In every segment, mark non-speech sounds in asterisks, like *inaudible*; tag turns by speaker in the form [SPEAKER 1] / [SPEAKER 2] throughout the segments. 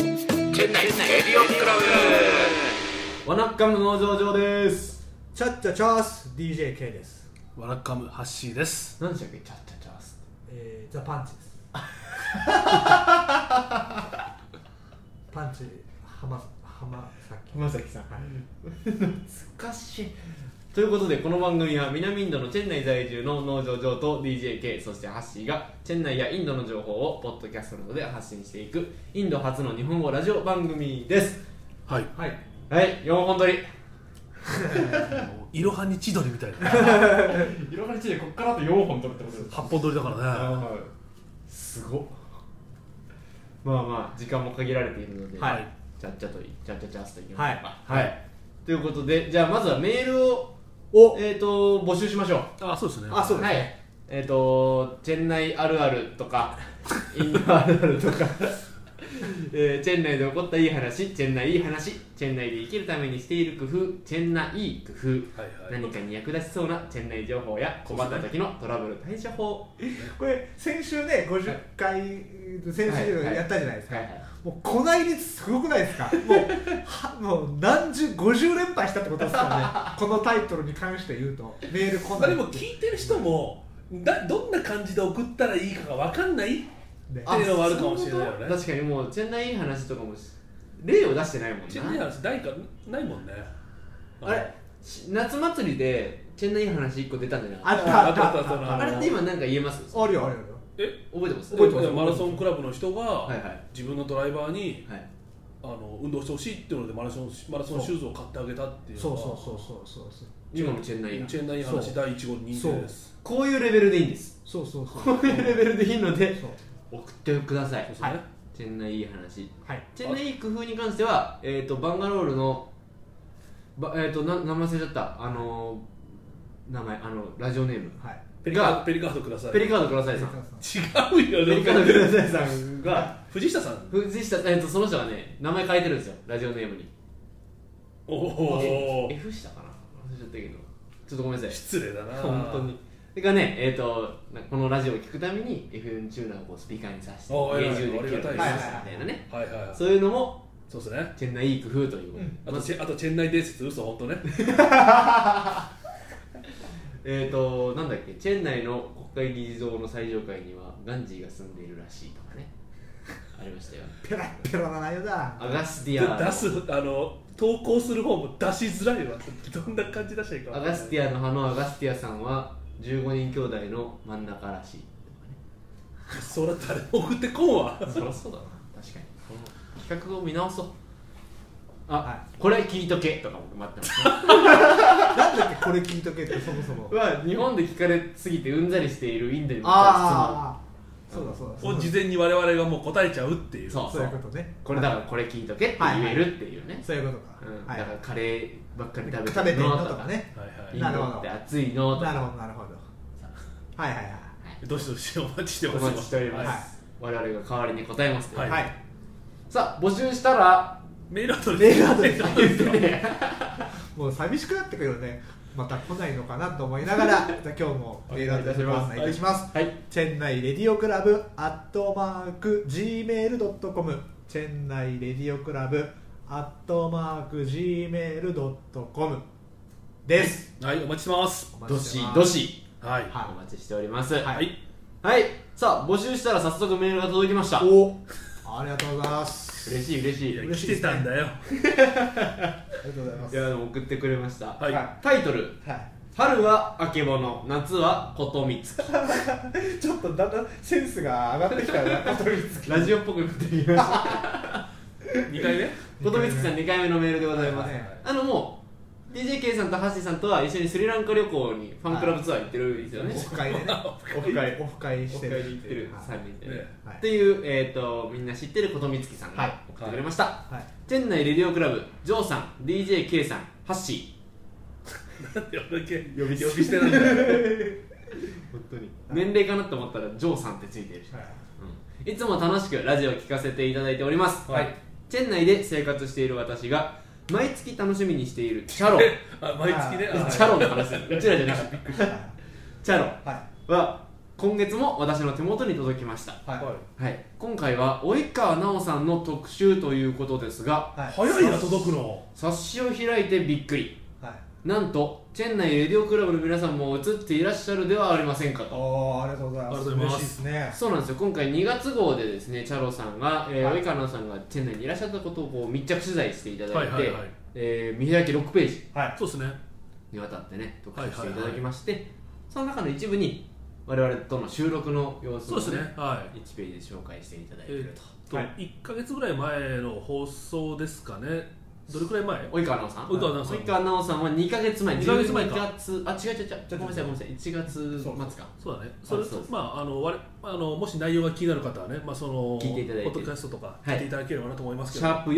[SPEAKER 1] 店内エリオンクラブワナッカムの農場上です
[SPEAKER 2] チャッチャチャース DJK です、
[SPEAKER 3] ワラカムハッシーです。
[SPEAKER 1] 何でしたっけチャッチャチャース
[SPEAKER 2] えー、ザ・パンチです *laughs* パンチ浜浜さっき
[SPEAKER 1] 浜崎さん
[SPEAKER 2] はい
[SPEAKER 1] 懐かしいということでこの番組は南インドのチェン内在住の農場上と DJK そしてハッシーがチェン内やインドの情報をポッドキャストなどで発信していくインド初の日本語ラジオ番組です
[SPEAKER 3] はい。
[SPEAKER 2] はい
[SPEAKER 1] はい4本撮り
[SPEAKER 3] イロハに千鳥みたいな。
[SPEAKER 4] いろんな地でこっからあと4本取るってことです
[SPEAKER 3] 八本取りだからね。
[SPEAKER 1] すごっまあまあ時間も限られているので、
[SPEAKER 2] はい
[SPEAKER 1] ちゃっちゃといちゃっちゃちゃっといきましょうか
[SPEAKER 2] はい
[SPEAKER 1] ということでじゃあまずはメールを
[SPEAKER 2] お
[SPEAKER 1] えー、と募集しましょう
[SPEAKER 3] あ、そうですね。
[SPEAKER 2] あそうです
[SPEAKER 1] は
[SPEAKER 2] ね
[SPEAKER 1] いえっ、ー、とチェン内あるあると *laughs* かインドあるあるとか、えーチェン内で起こったいい話チェン内いい話チェン内で生きるためにしている工夫チェン内いい工夫、
[SPEAKER 3] はいはい
[SPEAKER 1] 何かに役立ちそうなチェン内情報や困った時のトラブル対処法
[SPEAKER 2] これ先週ね50回、先週やったじゃないですか、
[SPEAKER 1] はいはいはい
[SPEAKER 2] もうこない率すごくない *laughs* ですかもうはもう何十50連敗したってことですからねこのタイトルに関して言うとメールこん
[SPEAKER 3] ま
[SPEAKER 2] な
[SPEAKER 3] あで
[SPEAKER 2] に
[SPEAKER 3] も聞いてる人もだどんな感じで送ったらいいかがわかんない
[SPEAKER 2] ね
[SPEAKER 3] あっていうのはあるかもしれないよね
[SPEAKER 1] そううこと確かにもうチェン内いい話とかもし例を出してないもんな
[SPEAKER 3] チェンナイ話ないかないもんね。
[SPEAKER 1] あれし夏祭りでチェン内いい話1個出たんじゃない
[SPEAKER 2] あ
[SPEAKER 1] あ
[SPEAKER 2] ったあった
[SPEAKER 3] あったあったあった
[SPEAKER 2] あ
[SPEAKER 1] あれって今なんか言えます
[SPEAKER 2] あるよあるよあるよ
[SPEAKER 3] え？
[SPEAKER 1] 覚えてます
[SPEAKER 3] 覚えてますマラソンクラブの人が、
[SPEAKER 1] いはい
[SPEAKER 3] 自分のドライバーに
[SPEAKER 1] はい
[SPEAKER 3] あの運動してほしいっていうのでマラソンマラソンシューズを買ってあげたっていうの
[SPEAKER 2] そう
[SPEAKER 3] が。
[SPEAKER 2] そうそうそうそうそう
[SPEAKER 1] 今のチェン内いい
[SPEAKER 3] チェンナイ
[SPEAKER 2] そ
[SPEAKER 3] 話
[SPEAKER 2] う
[SPEAKER 3] 第一号に認定です。
[SPEAKER 1] こういうレベルでいいんです
[SPEAKER 2] そうそうそう。
[SPEAKER 1] こういうレベルでいいので
[SPEAKER 2] そう
[SPEAKER 1] 送ってください
[SPEAKER 3] そうですね。
[SPEAKER 1] チェン内いい話
[SPEAKER 2] はい。
[SPEAKER 1] チェン内いい工夫に関してはえっとバンガロールのばえっとな名前忘れちゃったあのー名前あのラジオネーム
[SPEAKER 2] はい。
[SPEAKER 3] ペリカードペリカードください。
[SPEAKER 1] ペリカードくださいさん
[SPEAKER 3] 違うよ。
[SPEAKER 1] ペリカードくださいさんが *laughs*
[SPEAKER 3] 藤下さん。
[SPEAKER 1] 藤下えっとその人がね名前変えてるんですよラジオネームに
[SPEAKER 3] おお
[SPEAKER 1] F 下かな忘れちゃったけどちょっとごめんなさ
[SPEAKER 3] 失礼だない
[SPEAKER 1] 本当にてかねえっ、となこのラジオを聞くために FM チューナーをこうスピーカーにさして
[SPEAKER 3] おー偉
[SPEAKER 1] 厳
[SPEAKER 3] い
[SPEAKER 1] 重で聞けるようにしました
[SPEAKER 2] あ
[SPEAKER 1] み
[SPEAKER 2] り
[SPEAKER 1] たい
[SPEAKER 2] が
[SPEAKER 1] なね
[SPEAKER 3] はいはいはい
[SPEAKER 1] そういうのも
[SPEAKER 3] そうですね
[SPEAKER 1] チェンナイいい工夫ということで、
[SPEAKER 3] あ
[SPEAKER 1] ま
[SPEAKER 3] と
[SPEAKER 1] ず
[SPEAKER 3] チェあとチェンナイ伝説嘘本当ね
[SPEAKER 1] えっ、となんだっけチェンナイの国会議事堂の最上階にはガンジーが住んでいるらしいとかね *laughs* ありましたよ
[SPEAKER 2] ペラッペラな内容だ。
[SPEAKER 1] アガステ
[SPEAKER 3] 出
[SPEAKER 1] ィアの
[SPEAKER 3] すあの投稿する方も出しづらいわどんな感じ出したらいいか
[SPEAKER 1] アガスティアの葉のアガスティアさんは15人兄弟の真ん中らしい
[SPEAKER 3] アそら誰も送ってこんわ
[SPEAKER 1] そりゃそうだな確かにこの企画を見直そうあ、
[SPEAKER 2] は
[SPEAKER 1] これ聞いとけとか僕待ってますね
[SPEAKER 2] なんだっけこれ聞いとけってそもそも。
[SPEAKER 1] は日本で聞かれすぎてうんざりしているインドに向か
[SPEAKER 2] ああ。そうだそうだ。
[SPEAKER 3] を
[SPEAKER 2] そう
[SPEAKER 3] 事
[SPEAKER 2] だ
[SPEAKER 3] 前に我々がもう答えちゃうっていう
[SPEAKER 1] 質問そう
[SPEAKER 2] そう
[SPEAKER 1] そ
[SPEAKER 2] いう
[SPEAKER 1] う
[SPEAKER 2] ことね。
[SPEAKER 1] これだからこれ聞いとけって言えるっていうね、
[SPEAKER 2] そういうこ
[SPEAKER 1] うん
[SPEAKER 2] とか。は
[SPEAKER 1] だからカレーばっかり
[SPEAKER 2] い。
[SPEAKER 1] 食
[SPEAKER 2] 食
[SPEAKER 1] べ
[SPEAKER 2] べ
[SPEAKER 1] て
[SPEAKER 2] て
[SPEAKER 1] る
[SPEAKER 2] ん
[SPEAKER 1] の
[SPEAKER 2] の
[SPEAKER 1] と
[SPEAKER 2] と
[SPEAKER 1] か
[SPEAKER 2] か
[SPEAKER 1] ね
[SPEAKER 2] ね。
[SPEAKER 3] はい
[SPEAKER 1] イン
[SPEAKER 3] は
[SPEAKER 2] なる
[SPEAKER 1] ド
[SPEAKER 2] ほ
[SPEAKER 1] っ
[SPEAKER 2] ど
[SPEAKER 1] て暑いのと
[SPEAKER 2] なる
[SPEAKER 1] か
[SPEAKER 2] ほどなるほど。はいはい
[SPEAKER 3] いどしどしお待ちしてます
[SPEAKER 1] お待ちしております、
[SPEAKER 3] はい
[SPEAKER 1] 我々が代わりに答えますね、
[SPEAKER 3] は
[SPEAKER 2] はい。はい。
[SPEAKER 1] さあ募集したら
[SPEAKER 3] メールアドレス
[SPEAKER 2] メールアドレス
[SPEAKER 1] 言ってね
[SPEAKER 2] もう寂しくなってくるよね。また来ないのかなと思いながら、じゃあ今日もメールアドレスご案内いたします。
[SPEAKER 1] はい
[SPEAKER 2] チェンナイレディオクラブアットマーク Gmail.com チェンナイレディオクラブアットマーク Gmail.com です
[SPEAKER 3] *laughs* はいお待ちしてます
[SPEAKER 2] お待
[SPEAKER 1] ど
[SPEAKER 2] ちして
[SPEAKER 1] し
[SPEAKER 2] ます
[SPEAKER 1] どし
[SPEAKER 3] はい
[SPEAKER 2] は
[SPEAKER 1] お待ちしております
[SPEAKER 2] い
[SPEAKER 3] はい
[SPEAKER 1] はい、さあ募集したら早速メールが届きました
[SPEAKER 2] おありがとうございます
[SPEAKER 1] 嬉しい嬉しい
[SPEAKER 3] い
[SPEAKER 1] い
[SPEAKER 3] や
[SPEAKER 1] や
[SPEAKER 2] 嬉し
[SPEAKER 3] 来
[SPEAKER 2] いで
[SPEAKER 3] て
[SPEAKER 2] すね
[SPEAKER 3] たんだよ
[SPEAKER 2] ありがとうございます
[SPEAKER 1] でも送ってくれました、
[SPEAKER 3] はい
[SPEAKER 1] タイトル
[SPEAKER 2] は
[SPEAKER 1] 「春はあけぼの夏はことみつき
[SPEAKER 2] い、ちょっとだんだんセンスが上がってきたなことにつ」き
[SPEAKER 1] ラジオっぽくなってきました
[SPEAKER 3] 2回目 *laughs*
[SPEAKER 1] ことみつきさん2回目のメールでございます、
[SPEAKER 2] はいはい
[SPEAKER 1] あのもう DJK さんとハッシーさんとは一緒にスリランカ旅行にファンクラブツアー行ってるんですよね、
[SPEAKER 2] オフ会でねオフ会オフ会してる
[SPEAKER 1] 北海道行ってる
[SPEAKER 2] はい
[SPEAKER 1] 3人で、
[SPEAKER 3] ね
[SPEAKER 2] はい
[SPEAKER 1] っていう、えー、とみんな知ってることみつきさん
[SPEAKER 2] は
[SPEAKER 1] が
[SPEAKER 2] い
[SPEAKER 1] 送ってくれました、
[SPEAKER 2] はい、
[SPEAKER 1] 店内レディオクラブジョーさん DJK さんハッシ
[SPEAKER 3] なんで俺だけ
[SPEAKER 1] 呼
[SPEAKER 3] 呼
[SPEAKER 1] び
[SPEAKER 3] び
[SPEAKER 1] 捨て
[SPEAKER 3] して
[SPEAKER 2] *laughs*
[SPEAKER 3] なんだよ
[SPEAKER 1] ー本当に年齢かなと思ったらジョーさんってついてるし
[SPEAKER 2] はい
[SPEAKER 1] いつも楽しくラジオを聞かせていただいております、
[SPEAKER 3] はい
[SPEAKER 1] チェン内で生活している私が毎月楽しみにしているチャ
[SPEAKER 2] *laughs*
[SPEAKER 1] ロ
[SPEAKER 3] あ毎月ねあはい
[SPEAKER 1] *laughs* チャロの話うちらじゃなくてチャロ
[SPEAKER 2] は
[SPEAKER 1] は今月も私の手元に届きました、
[SPEAKER 4] はい
[SPEAKER 2] はい
[SPEAKER 1] はい、今回は及川奈緒さんの特集ということですが
[SPEAKER 4] はい
[SPEAKER 3] 早いな届くの
[SPEAKER 1] 冊子を開いてびっくり
[SPEAKER 4] はい
[SPEAKER 1] なんとチェン内レディオクラブの皆さんも映っていらっしゃるではありませんかと
[SPEAKER 4] おーありがとうござい
[SPEAKER 3] あ
[SPEAKER 4] ま
[SPEAKER 3] りが
[SPEAKER 4] す
[SPEAKER 3] とうございま
[SPEAKER 2] 嬉しいですすね
[SPEAKER 1] そうなんですよ今回2月号でですねチャロさんが、えー
[SPEAKER 4] はい
[SPEAKER 1] 及川奈緒さんがチェン内にいらっしゃったことをこう密着取材していただいて、
[SPEAKER 3] はいはいはい
[SPEAKER 1] えー見開き6ページ
[SPEAKER 4] はい
[SPEAKER 3] そうですね
[SPEAKER 1] にわたってね特集していただきまして、その中の一部に我々との収録の様子
[SPEAKER 3] そ
[SPEAKER 1] を、
[SPEAKER 3] うですねはい
[SPEAKER 1] 1ページで紹介していただいてい
[SPEAKER 3] え
[SPEAKER 1] る
[SPEAKER 3] ー
[SPEAKER 1] と
[SPEAKER 3] と、
[SPEAKER 4] はい
[SPEAKER 3] 1か月ぐらい前の放送ですかねどれくらい前
[SPEAKER 1] 及川奈緒さん
[SPEAKER 3] 及川奈緒さん
[SPEAKER 1] 及川奈緒さんは2か月前
[SPEAKER 3] 二ヶ月前か
[SPEAKER 1] 12月あ違う違う違うごめんなさいごめんなさい1月末か
[SPEAKER 3] そうだねそれ
[SPEAKER 1] そうです
[SPEAKER 3] まああの我々あのもし内容が気になる方はね、まあ、その
[SPEAKER 1] 聞いていただいて
[SPEAKER 3] ポッドキャストとか
[SPEAKER 1] はい
[SPEAKER 3] 聞いていただければなと思いますけ
[SPEAKER 1] シ
[SPEAKER 3] ど、
[SPEAKER 1] ャープ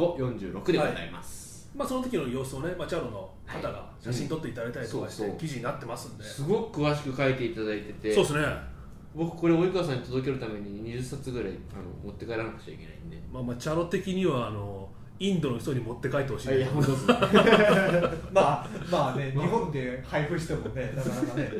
[SPEAKER 1] 4546でございます、
[SPEAKER 3] まあ、その時の様子をね、まあ、チャロの方が写真撮っていただいたりとかして、
[SPEAKER 1] はいうんそ
[SPEAKER 3] 記
[SPEAKER 1] うそう
[SPEAKER 3] 事になってますんでそ
[SPEAKER 1] すごく詳しく書いていただいて
[SPEAKER 3] う
[SPEAKER 1] て
[SPEAKER 3] ですね、
[SPEAKER 1] 僕これ及川さんに届けるために20冊ぐらいあの持って帰らなくちゃいけないんで
[SPEAKER 3] まあ、まあチャロ的にはあのインドの人に持って帰ってほしい,、
[SPEAKER 1] いや本当ですね *laughs*
[SPEAKER 2] まあまあね日
[SPEAKER 1] まあ
[SPEAKER 2] 本で配布してもねなかなかね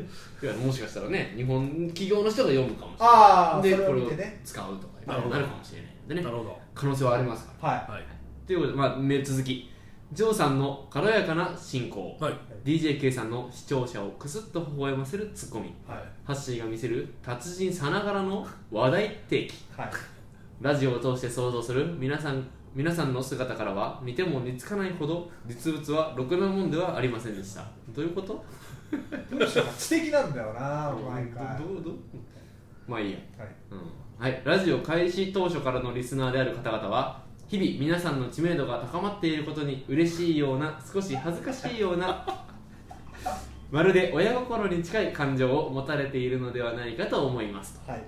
[SPEAKER 1] いやもしかしたらね日本企業の人が読むかもしれない
[SPEAKER 2] ああそ
[SPEAKER 1] で
[SPEAKER 2] れ
[SPEAKER 1] こ
[SPEAKER 2] を
[SPEAKER 1] れ
[SPEAKER 2] 見
[SPEAKER 1] を
[SPEAKER 2] てね
[SPEAKER 1] 使うとか
[SPEAKER 3] なるほど
[SPEAKER 1] なるかもしれないんでね
[SPEAKER 3] なるほど
[SPEAKER 1] 可能性はありますから
[SPEAKER 2] は
[SPEAKER 3] はい、
[SPEAKER 1] ということで、まあ、メール続きジョーさんの軽やかな進行
[SPEAKER 3] はい
[SPEAKER 1] DJK さんの視聴者をくすっと微笑ませるツッコミ
[SPEAKER 3] はい
[SPEAKER 1] ハッシーが見せる達人さながらの話題提起
[SPEAKER 2] いはい
[SPEAKER 1] ラジオを通して想像する皆さん皆さんの姿からは見ても似つかないほど実物はろくなもんではありませんでしたどういうこと
[SPEAKER 2] 知的なんだよな毎回は
[SPEAKER 1] どどうどうまあいいや
[SPEAKER 2] い
[SPEAKER 1] うんはい、ラジオ開始当初からのリスナーである方々は日々皆さんの知名度が高まっていることに嬉しいような少し恥ずかしいような *laughs* まるで親心に近い感情を持たれているのではないかと思います
[SPEAKER 2] はい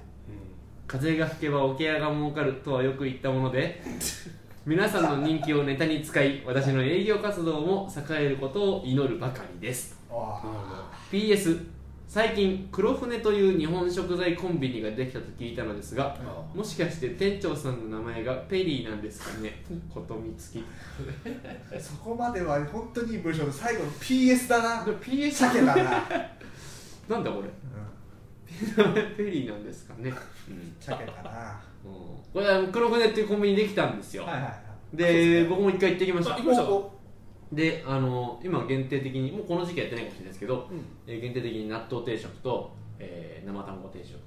[SPEAKER 1] 風が吹けば桶屋が儲かるとはよく言ったもので皆さんの人気をネタに使い私の営業活動も栄えることを祈るばかりです
[SPEAKER 2] あ
[SPEAKER 3] なるほど
[SPEAKER 1] PS 最近黒船という日本食材コンビニができたと聞いたのですがもしかして店長さんの名前がペリーなんですかねことみつき
[SPEAKER 2] あそこまでは本当にいい文章で最後の PS だな
[SPEAKER 1] で PS
[SPEAKER 2] 鮭だな、
[SPEAKER 1] なんだこれ
[SPEAKER 2] うん、
[SPEAKER 1] ペリーなんですかね、うん
[SPEAKER 2] 鮭だな
[SPEAKER 1] うんこれは黒船っていうコンビニできたんですよ、
[SPEAKER 2] はいはいはい
[SPEAKER 1] で僕も一回行ってきました
[SPEAKER 3] あ行きました
[SPEAKER 2] おお
[SPEAKER 1] であの今限定的にもうこの時期はやってないかもしれないですけど、
[SPEAKER 3] うん
[SPEAKER 1] えー限定的に納豆定食と、えー生卵定食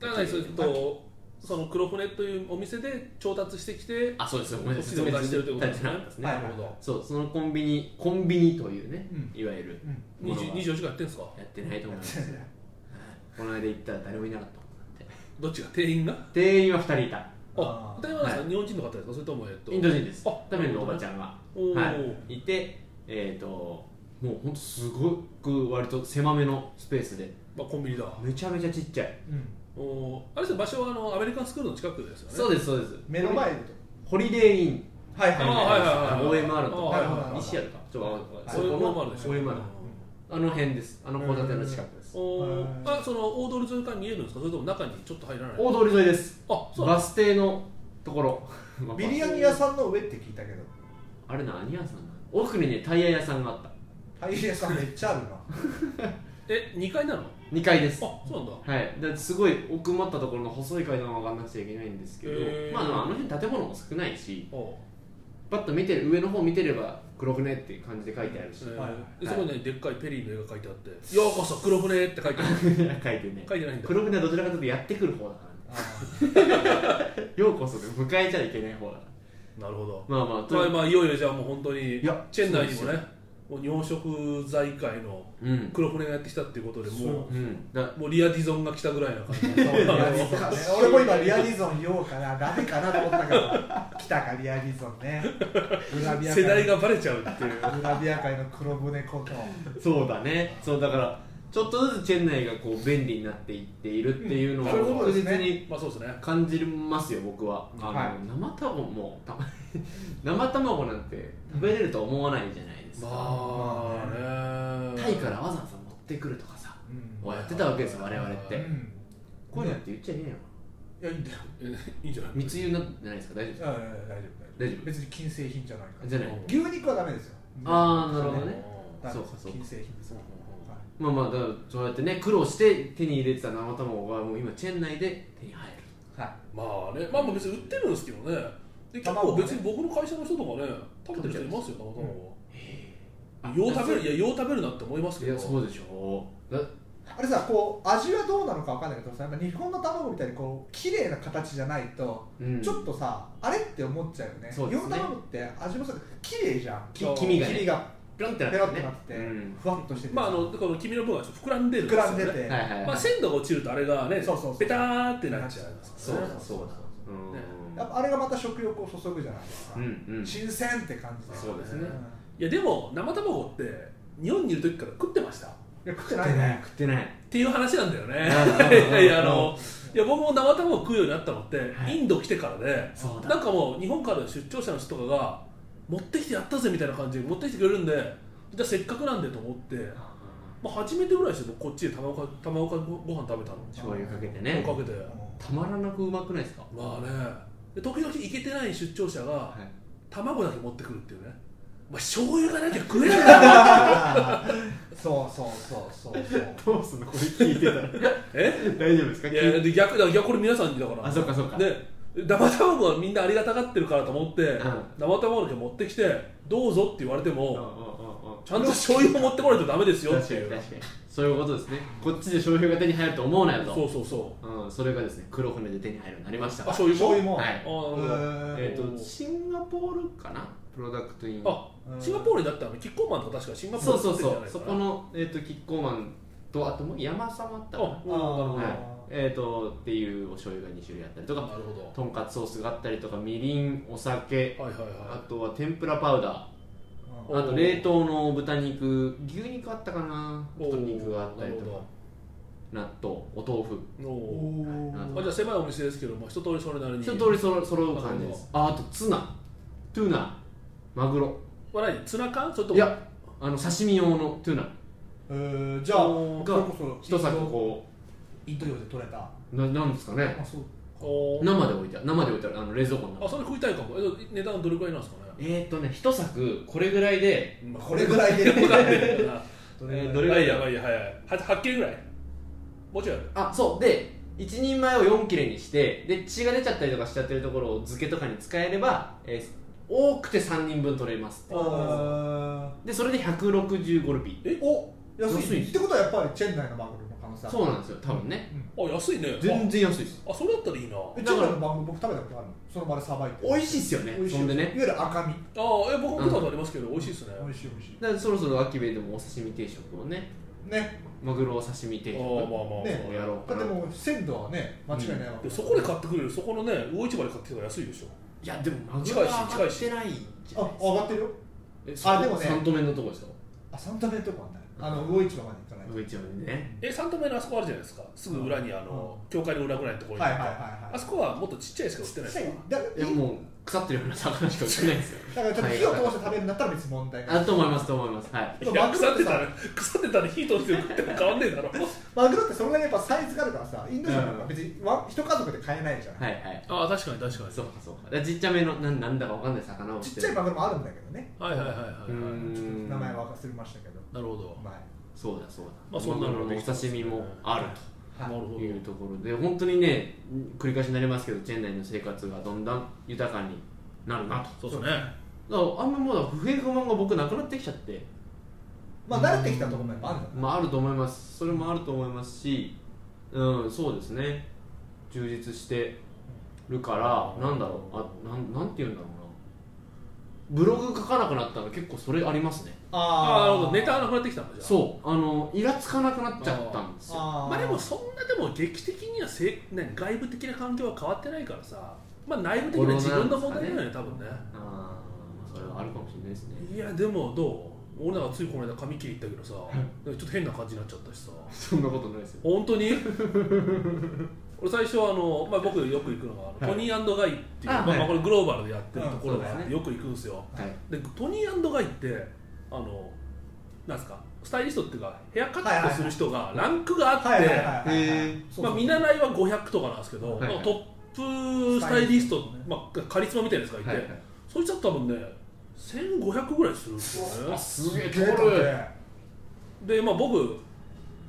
[SPEAKER 3] ただねそれとその黒船というお店で調達してきて
[SPEAKER 1] あそうですごめんなさい
[SPEAKER 3] お口でお出ししてるってこと
[SPEAKER 1] で
[SPEAKER 3] ですす
[SPEAKER 1] ね
[SPEAKER 3] ね
[SPEAKER 2] はい
[SPEAKER 3] なるほど
[SPEAKER 1] そうそのコンビニコンビニというね、
[SPEAKER 2] うん
[SPEAKER 1] いわゆる
[SPEAKER 2] うん
[SPEAKER 1] ものは
[SPEAKER 3] 20 24時間やってんですか
[SPEAKER 1] やってないと思いますこの間行ったら誰もいなかったもんだって
[SPEAKER 3] どっちが店員が
[SPEAKER 1] 店員は2人いた
[SPEAKER 3] あ
[SPEAKER 2] あー
[SPEAKER 3] 店員はなん
[SPEAKER 1] は
[SPEAKER 3] か日本人の方ですかそれともえっと
[SPEAKER 1] インド人です
[SPEAKER 3] あ
[SPEAKER 1] タメルのおばちゃんが、
[SPEAKER 3] おー
[SPEAKER 1] はい、いてえっ、ともうほんとすごく割と狭めのスペースで
[SPEAKER 3] まあコンビニだ
[SPEAKER 1] めちゃめちゃちっちゃい、
[SPEAKER 2] うん
[SPEAKER 3] おーあれですよ場所はあのアメリカンスクールの近くですよね
[SPEAKER 1] そうですそうです
[SPEAKER 2] 目の前で
[SPEAKER 1] ホリデーイン
[SPEAKER 2] とはいはい
[SPEAKER 3] あーはいはいはい
[SPEAKER 1] OMR と
[SPEAKER 2] あーはいはい
[SPEAKER 1] か
[SPEAKER 2] はい
[SPEAKER 1] 西やるかちょっとわかんない
[SPEAKER 2] はい
[SPEAKER 3] そういうものもあるでしょ
[SPEAKER 1] OMR あの辺ですあの交差点の近くです
[SPEAKER 3] お
[SPEAKER 2] へ
[SPEAKER 3] ー
[SPEAKER 2] ー
[SPEAKER 3] あその大通り沿いから見えるんですかそれとも中にちょっと入らない
[SPEAKER 1] 大通り沿いです
[SPEAKER 3] あそうなん
[SPEAKER 1] バス停のところまあ
[SPEAKER 2] ビリヤニ屋さんの上って聞いたけど
[SPEAKER 1] *laughs* あれ何屋さんなの奥にねタイヤ屋さんがあった
[SPEAKER 2] タイヤ屋さんめっちゃあるな
[SPEAKER 3] え二階なのあ
[SPEAKER 1] 2階です
[SPEAKER 3] そうなんだ
[SPEAKER 1] はい、ですごい奥まったところの細い階段を上がんなくちゃいけないんですけど、
[SPEAKER 3] へー
[SPEAKER 1] まあ、あのあの辺建物も少ないし
[SPEAKER 3] お
[SPEAKER 1] パッと見てる上の方見てれば黒船っていう感じで書いてあるし、
[SPEAKER 3] ーえー
[SPEAKER 2] はい
[SPEAKER 3] でそこにねでっかいペリーの絵が書いてあって「ようこそ黒船」って書いてある
[SPEAKER 1] *laughs* 書いてね
[SPEAKER 3] 書いてないんだ
[SPEAKER 1] 黒船はどちらかというとやってくる方だから、
[SPEAKER 2] あ
[SPEAKER 1] ね、ようこそで迎えちゃいけない方だか
[SPEAKER 3] なるほど
[SPEAKER 1] らまあまあと
[SPEAKER 3] まあ
[SPEAKER 1] に
[SPEAKER 3] まあいよいよじゃあもう本当に
[SPEAKER 1] いや
[SPEAKER 3] チェン内に
[SPEAKER 1] そう
[SPEAKER 3] もねもう日本食財界の
[SPEAKER 1] うん、
[SPEAKER 3] 黒船がやってきたっていうことでも
[SPEAKER 1] うん、だ
[SPEAKER 3] うもうリアディゾンが来たぐらいな感じ
[SPEAKER 2] そうリアリゾンね俺も今リアリゾン言おうかなダメかなと思ったけど来たかリアリゾンねグ *laughs* ラビア界
[SPEAKER 3] 世代がバレちゃうっていう
[SPEAKER 2] グラビア界の黒船こと
[SPEAKER 1] そうだねそうだからちょっとずつチェン内がこう便利になっていっているっていうの
[SPEAKER 2] うんそういう
[SPEAKER 1] を
[SPEAKER 2] こと
[SPEAKER 1] 確
[SPEAKER 2] です
[SPEAKER 1] 実
[SPEAKER 2] ね
[SPEAKER 1] に
[SPEAKER 3] まあそうですね
[SPEAKER 1] 感じますよ僕はあの、
[SPEAKER 2] はい
[SPEAKER 1] 生卵もた *laughs* 生卵なんて食べれるとは思わないじゃないですか、
[SPEAKER 3] まあね
[SPEAKER 1] タイからわざわざ持ってくるとかさ、
[SPEAKER 2] うん
[SPEAKER 1] やってたわけですよ我々って、
[SPEAKER 2] うん
[SPEAKER 1] こういうのって言っちゃいけないの
[SPEAKER 2] いやいいんだよ
[SPEAKER 3] え *laughs* いいんじゃない
[SPEAKER 1] 密輸になってないですか大丈夫です
[SPEAKER 2] い
[SPEAKER 1] か
[SPEAKER 2] やいやいや大丈夫
[SPEAKER 1] 大丈夫
[SPEAKER 2] 別に金製品じゃないから
[SPEAKER 1] じゃない
[SPEAKER 2] 牛肉はダメですよ
[SPEAKER 1] あーなるほどね
[SPEAKER 2] ダメ
[SPEAKER 1] そうかそうか
[SPEAKER 2] 金製品です
[SPEAKER 3] うん
[SPEAKER 2] はい
[SPEAKER 1] まあまあだからそうやってね苦労して手に入れてた生卵がもう今チェン内で手に入る
[SPEAKER 4] は
[SPEAKER 3] まあねまあまあ別に売ってるんですけどねで結
[SPEAKER 2] 卵
[SPEAKER 3] 構
[SPEAKER 2] もね
[SPEAKER 3] 別に僕の会社の人とかね食べてる人いますよたまたま
[SPEAKER 1] あ
[SPEAKER 3] よう食べるいやよう食べるなって思います
[SPEAKER 1] い
[SPEAKER 3] けど
[SPEAKER 1] やそうでしょだ
[SPEAKER 2] あれさこう味はどうなのかわかんないけどさやっぱ日本の卵みたいにこう綺麗な形じゃないと、
[SPEAKER 1] うん
[SPEAKER 2] ちょっとさあれって思っちゃうよね
[SPEAKER 1] そうですね
[SPEAKER 2] 日本の卵って味もさ綺麗じゃん
[SPEAKER 1] き黄身がね
[SPEAKER 2] 黄身が
[SPEAKER 1] ペロンって
[SPEAKER 2] ペ
[SPEAKER 1] なって
[SPEAKER 2] ロ
[SPEAKER 1] ね
[SPEAKER 2] ってなってて、
[SPEAKER 1] うん
[SPEAKER 2] ふわっとしてて
[SPEAKER 3] まああのこの黄身の部分はちょっと膨らんでるんで
[SPEAKER 2] 膨
[SPEAKER 3] すよ
[SPEAKER 2] らんで
[SPEAKER 3] ね
[SPEAKER 2] て、
[SPEAKER 1] はいはいはい
[SPEAKER 3] まあ鮮度が落ちるとあれがね
[SPEAKER 2] そうそうそう
[SPEAKER 3] ペターってなっちゃいます
[SPEAKER 1] そうだそうだ
[SPEAKER 3] ね
[SPEAKER 1] うん
[SPEAKER 2] やっぱあれがまた食欲を注ぐじゃないです
[SPEAKER 1] う
[SPEAKER 2] か、
[SPEAKER 1] んうん
[SPEAKER 2] 新鮮って感じだよ
[SPEAKER 1] そうですね
[SPEAKER 3] いやでも生卵って日本にいる時から食ってましたっ
[SPEAKER 2] いや食ってないね
[SPEAKER 1] 食ってない
[SPEAKER 3] ていう話なんだよね
[SPEAKER 1] うん
[SPEAKER 3] *laughs* いやいやあのいや僕も生卵食うようになったのって、
[SPEAKER 1] はい
[SPEAKER 3] インド来てからで
[SPEAKER 1] そうだ
[SPEAKER 3] なんかもう日本からの出張者の人とかが持ってきてやったぜみたいな感じで持ってきてくれるんでじゃあせっかくなんでと思って、まあ、初めてぐらいですよ僕こっちで卵か卵かごご飯食べたの
[SPEAKER 1] 醤油かけてね
[SPEAKER 3] おかげで
[SPEAKER 1] たまらなくうまくないですか
[SPEAKER 3] まあねで時々行けてない出張者が、
[SPEAKER 1] はい
[SPEAKER 3] 卵だけ持ってくるっていうねまあ醤油がなきゃ食えないな
[SPEAKER 2] *laughs* そうそうそうそうそう
[SPEAKER 1] どうすんのこれ聞いてたら *laughs*
[SPEAKER 3] え
[SPEAKER 1] 大丈夫ですか
[SPEAKER 3] いやで逆だいやこれ皆さんにだから
[SPEAKER 1] あそっかそっか
[SPEAKER 3] で生卵はみんなありがたがってるからと思って、
[SPEAKER 1] ん
[SPEAKER 3] 生卵だけ持ってきてどうぞって言われて
[SPEAKER 1] うんうんう
[SPEAKER 3] も、
[SPEAKER 1] んうん
[SPEAKER 3] ちゃんと醤油を持ってこないとダメですよっ
[SPEAKER 1] 確
[SPEAKER 3] て
[SPEAKER 1] か
[SPEAKER 3] い
[SPEAKER 1] に
[SPEAKER 3] う
[SPEAKER 1] 確かにそういうことですねこっちで醤油が手に入ると思うなよと
[SPEAKER 3] そうそうそう
[SPEAKER 1] うん、それがですね黒船で手に入るようになりました
[SPEAKER 3] あ醤油
[SPEAKER 2] 醤
[SPEAKER 3] も
[SPEAKER 2] 油も、
[SPEAKER 1] は
[SPEAKER 3] あー
[SPEAKER 1] い
[SPEAKER 3] なるほど
[SPEAKER 1] え
[SPEAKER 2] え
[SPEAKER 1] っ、とシンガポールかなプロダクトイン
[SPEAKER 3] あシンガポールにだったらキッコーマンとか確かシンガポー
[SPEAKER 1] そ
[SPEAKER 3] ル
[SPEAKER 1] うそうそう
[SPEAKER 3] そ
[SPEAKER 1] そ
[SPEAKER 3] こ
[SPEAKER 1] こ
[SPEAKER 3] の
[SPEAKER 1] の、えー、とキッコーマンとあともう山様だった
[SPEAKER 3] あ
[SPEAKER 1] かな
[SPEAKER 2] ー
[SPEAKER 3] うん
[SPEAKER 1] は
[SPEAKER 2] あ
[SPEAKER 1] いえっ、とっていうお醤油が2種類あったりと
[SPEAKER 3] なる
[SPEAKER 1] か
[SPEAKER 3] ほ
[SPEAKER 1] とんかつソースがあったりとかみりんお酒
[SPEAKER 3] どはいはい
[SPEAKER 1] あ
[SPEAKER 3] は
[SPEAKER 1] とは天ぷらパウダ
[SPEAKER 2] う
[SPEAKER 1] ー
[SPEAKER 2] ん
[SPEAKER 1] あと冷凍の豚肉牛肉あったかない
[SPEAKER 3] おー
[SPEAKER 1] 鶏肉があったりと
[SPEAKER 3] な
[SPEAKER 1] か
[SPEAKER 3] る
[SPEAKER 1] 納豆お豆腐
[SPEAKER 3] ほどおー
[SPEAKER 2] お
[SPEAKER 1] はい
[SPEAKER 3] まあ、じゃあ狭いお店ですけど、まあ、一通りそれなりに
[SPEAKER 1] 一通りそろ揃う感じですああとツナトゥーナマグロ
[SPEAKER 3] まあ何ツナ缶それと
[SPEAKER 1] い
[SPEAKER 3] も
[SPEAKER 1] やあの刺身用のトゥーナ
[SPEAKER 2] えーじゃあ
[SPEAKER 1] おー
[SPEAKER 2] それこそ
[SPEAKER 1] 一作こ
[SPEAKER 2] インド洋で取れたあ
[SPEAKER 1] うななんですかね
[SPEAKER 2] そう
[SPEAKER 3] おー
[SPEAKER 1] 生で置いてある生で置いてあるあの冷蔵庫の中
[SPEAKER 3] あそれ食いたいかもえ値段どれくらいなんですかね
[SPEAKER 1] えーっとね一作これぐらいで
[SPEAKER 3] まあ
[SPEAKER 2] これぐらいで
[SPEAKER 3] わかんない *laughs* けどな
[SPEAKER 2] どれぐらい
[SPEAKER 1] えーどれ
[SPEAKER 3] はいやばいやはいはいは8切れぐらいもうちょいある
[SPEAKER 1] あそうで一人前を4切れにしてで血が出ちゃったりとかしちゃってるところを漬けとかに使えれば、えー多くて3人分取れますって
[SPEAKER 2] あ
[SPEAKER 1] でそれで165ルピー
[SPEAKER 2] ーお安
[SPEAKER 1] 安い
[SPEAKER 2] い
[SPEAKER 1] です
[SPEAKER 2] ってことはやっぱりチェンナイのマグロの可能性ある
[SPEAKER 1] そうなんですよ多分ね
[SPEAKER 3] あ安いね
[SPEAKER 1] 全然安いです
[SPEAKER 3] ああそれだったらいいなあ
[SPEAKER 2] えチェンナイのマグロ僕食べたことあるのその場でさばいて
[SPEAKER 1] 美味しいっすよね
[SPEAKER 2] 美味しい
[SPEAKER 1] そんで
[SPEAKER 2] いわ
[SPEAKER 1] ね
[SPEAKER 2] ゆる赤身
[SPEAKER 3] あえ僕も食ったことありますけど、美味しいですね
[SPEAKER 2] 美味しい美味し
[SPEAKER 1] だからそろそろ秋部でもお刺身定食をね
[SPEAKER 2] いね
[SPEAKER 1] マグロお刺身
[SPEAKER 3] あ
[SPEAKER 1] 定
[SPEAKER 3] ー
[SPEAKER 1] 食
[SPEAKER 3] まあまあまあ、
[SPEAKER 2] ね
[SPEAKER 1] をやろう
[SPEAKER 2] だ
[SPEAKER 1] か
[SPEAKER 2] っ
[SPEAKER 1] な
[SPEAKER 2] てもう鮮度はね間違いないわけ
[SPEAKER 3] でそこで買ってくれるそこのね魚市場で買ってきたら安いでしょ
[SPEAKER 1] いやでもマグロは
[SPEAKER 3] 近
[SPEAKER 1] 買
[SPEAKER 3] い
[SPEAKER 1] っ
[SPEAKER 3] して
[SPEAKER 1] ないんじゃ
[SPEAKER 2] あ
[SPEAKER 1] ない
[SPEAKER 2] 上がってるよ
[SPEAKER 1] です
[SPEAKER 2] あでもね
[SPEAKER 1] 3度目のとこですよ
[SPEAKER 2] あサンタメとかはねあの魚市場まで行かないと
[SPEAKER 1] 上一番ね
[SPEAKER 3] え三目のあそこあるじゃないですかすぐ裏にあの、教会の裏ぐらいのところに、
[SPEAKER 2] はいはいはいは
[SPEAKER 3] あそこはもっとちっちゃいしか売ってない
[SPEAKER 2] い
[SPEAKER 3] ですか
[SPEAKER 2] だ
[SPEAKER 1] いやもう腐ってるような魚しか売ってないんですよ
[SPEAKER 2] だからちょっと火を通して食べるんだったら別に問題ない
[SPEAKER 1] あと思いますと思いますはい
[SPEAKER 2] でも
[SPEAKER 3] いや
[SPEAKER 2] マグ
[SPEAKER 3] 腐
[SPEAKER 2] ロっ
[SPEAKER 3] ってて
[SPEAKER 2] さ
[SPEAKER 3] たら腐ってたら火通して食っても変わんねえだろ
[SPEAKER 2] マグロってそれだけやっぱサイズがあるからさインド人なんか別にわ一家族で買えないじゃん、
[SPEAKER 1] はいはい
[SPEAKER 3] ああ確かに確かに
[SPEAKER 1] そうかそうかだからちっちゃめのなんなんだかわかんない魚を売
[SPEAKER 2] ち
[SPEAKER 1] て
[SPEAKER 2] っ
[SPEAKER 1] る
[SPEAKER 2] ちゃいマグロもあるんだけどね
[SPEAKER 3] はいはいはいは
[SPEAKER 1] う
[SPEAKER 3] い、
[SPEAKER 1] ー
[SPEAKER 3] はい
[SPEAKER 1] ん
[SPEAKER 2] 名前は忘れましたけど
[SPEAKER 3] なるほど、
[SPEAKER 2] 前
[SPEAKER 1] そうだそうだ、
[SPEAKER 3] まあそんなの
[SPEAKER 1] マグロのお刺身もある
[SPEAKER 2] はい
[SPEAKER 3] なるほ
[SPEAKER 1] と
[SPEAKER 3] ど
[SPEAKER 1] いうところで本当にね繰り返しになりますけどチェン内の生活がどんだん豊かになるなと
[SPEAKER 3] そうですね
[SPEAKER 1] だからあんまもうだから不平不満が僕なくなってきちゃって
[SPEAKER 2] まあ慣れてきたところもやっぱあるんだ
[SPEAKER 1] まあ、あると思いますそれもあると思いますし、うん、そうですね充実してるから、なんだろうあなんなんて言うんだろうなブログ書かなくなったの結構それありますね
[SPEAKER 3] ああなるほ
[SPEAKER 2] あ
[SPEAKER 3] どネタがなくなってきたのじゃあ
[SPEAKER 1] そうあのイラつかなくなっちゃったんですよ
[SPEAKER 2] あー
[SPEAKER 3] まあでもそんなでも劇的にはせね外部的な環境は変わってないからさまあ内部的な自分の問題だよね多分ね
[SPEAKER 1] あーまあそれはあるかもしれないですね
[SPEAKER 3] いやでもどう俺なんかついこの間髪切り行ったけどさなんかちょっと変な感じになっちゃったしさ
[SPEAKER 1] そんなことないですよ
[SPEAKER 3] 本当に俺最初あの、まあ、僕よく行くのがあの、
[SPEAKER 1] はい
[SPEAKER 3] トニーガイっていう
[SPEAKER 1] あ
[SPEAKER 3] まあ、
[SPEAKER 1] はい
[SPEAKER 3] まあこれグローバルでやってるところ
[SPEAKER 1] うん
[SPEAKER 3] が
[SPEAKER 1] そう
[SPEAKER 3] あ
[SPEAKER 1] だ
[SPEAKER 3] っ
[SPEAKER 1] よ
[SPEAKER 3] て
[SPEAKER 1] ね
[SPEAKER 3] よく行くんですよ
[SPEAKER 1] はい
[SPEAKER 3] でトニーガイってあのなんですかスタイリストっていうかヘアカットする人がランクがあって、
[SPEAKER 2] はいはいはいはい
[SPEAKER 1] へー
[SPEAKER 2] そうそう
[SPEAKER 3] まあ、見習いは500とかなんですけど、
[SPEAKER 1] はいはい
[SPEAKER 3] まあトップスタイリスト
[SPEAKER 2] スタイリストね、
[SPEAKER 3] まあ、カリスマみたいなやつがいて、
[SPEAKER 1] はいはい
[SPEAKER 3] そいつは多分ね1500ぐらいするんですよね
[SPEAKER 1] すげえ
[SPEAKER 2] すげえ
[SPEAKER 1] 取る
[SPEAKER 3] で、まあ、僕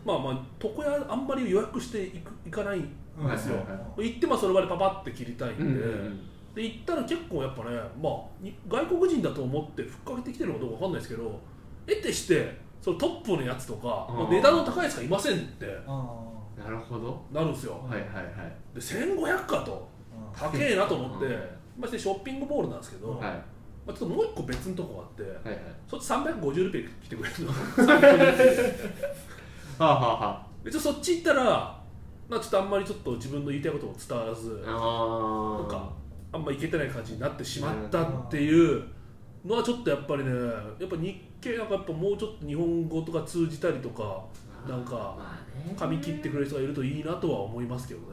[SPEAKER 3] まあまあ床屋あんまり予約して行く行かないんですよ
[SPEAKER 4] はいはいは
[SPEAKER 3] 行ってまあその場でパパって切りたいんで、
[SPEAKER 1] うんうん
[SPEAKER 3] で行ったら結構やっぱね、まあ、に外国人だと思ってふっかけてきてるかどうかわかんないですけど得てしてそのトップのやつとか、ま
[SPEAKER 1] う
[SPEAKER 3] あ、
[SPEAKER 1] ん
[SPEAKER 3] 値段の高いやつがいませんって
[SPEAKER 2] あ
[SPEAKER 1] なるほど
[SPEAKER 3] なるんですよ
[SPEAKER 1] はいはいはい
[SPEAKER 3] で1500かと
[SPEAKER 2] あ
[SPEAKER 3] 高えなと思って、
[SPEAKER 1] うん
[SPEAKER 3] ましてショッピングモールなんですけど、
[SPEAKER 1] はい
[SPEAKER 3] まあ、ちょっともう一個別のとこがあって、
[SPEAKER 1] はいはい
[SPEAKER 3] そっち350ルペ来てくれ
[SPEAKER 1] *laughs*
[SPEAKER 3] るの
[SPEAKER 1] はあはあは
[SPEAKER 3] 別にそっち行ったらまあちょっとあんまりちょっと自分の言いたいことも伝わらず、
[SPEAKER 1] ああ
[SPEAKER 3] なん
[SPEAKER 1] ー
[SPEAKER 3] かあんまいけてない感じになってしまったっていうのはちょっとやっぱりねやっぱ日系なんかやっぱもうちょっと日本語とか通じたりとかなんか
[SPEAKER 1] まあね
[SPEAKER 3] 髪切ってくれる人がいるといいなとは思いますけどね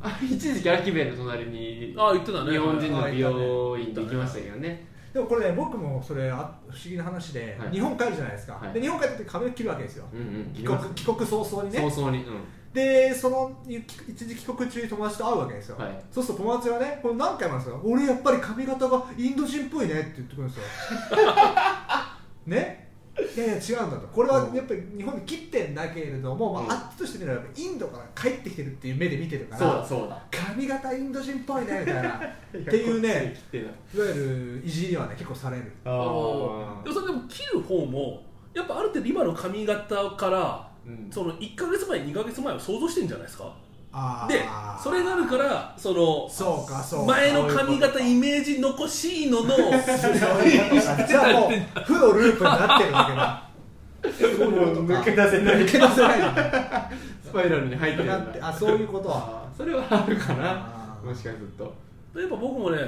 [SPEAKER 1] あ *laughs* 一時期アキベの隣に
[SPEAKER 3] あ言ってたね
[SPEAKER 1] 日本人の美容院で行きましたけどね
[SPEAKER 2] でもこれね僕もそれあ不思議な話で、
[SPEAKER 1] はい
[SPEAKER 2] 日本帰るじゃないですか、
[SPEAKER 1] はい
[SPEAKER 2] で日本帰って髪を切るわけですよ、
[SPEAKER 1] うんうん
[SPEAKER 2] 帰国帰国早々にね
[SPEAKER 1] 早々にうん
[SPEAKER 2] でその一時帰国中に友達と会うわけですよ、
[SPEAKER 1] はい
[SPEAKER 2] そうすると友達がねこれ何回もなんですよ俺やっぱり髪型がインド人っぽいねって言ってくるんですよねいやいや違うんだとこれはやっぱり日本で切ってんだけれども、まあ
[SPEAKER 1] うん
[SPEAKER 2] あっちとしてみればやっぱインドから帰ってきてるっていう目で見てるから
[SPEAKER 1] そうだそうだ
[SPEAKER 2] 髪型インド人っぽいねみたいなっていうね
[SPEAKER 1] 切ってない
[SPEAKER 2] いわゆるいじりはね結構される
[SPEAKER 1] あ
[SPEAKER 3] あのでもそれでも切る方もやっぱある程度今の髪型から
[SPEAKER 1] うん
[SPEAKER 3] その1か月前2か月前を想像してんじゃないですか
[SPEAKER 2] あー
[SPEAKER 3] でそれがあるからその
[SPEAKER 2] そうかそうか
[SPEAKER 3] 前の髪型イメージ残しいのの
[SPEAKER 2] そういうことかじゃあもう負のループになってるわけだ
[SPEAKER 4] 抜け出せない
[SPEAKER 2] 抜け出せないのね
[SPEAKER 1] スパイラルに入ってるん
[SPEAKER 2] な
[SPEAKER 1] だ
[SPEAKER 2] ってあそういうこと
[SPEAKER 1] あ
[SPEAKER 2] は
[SPEAKER 1] ーそれはあるかな
[SPEAKER 2] あー
[SPEAKER 1] もしかすると
[SPEAKER 3] やっぱ僕もね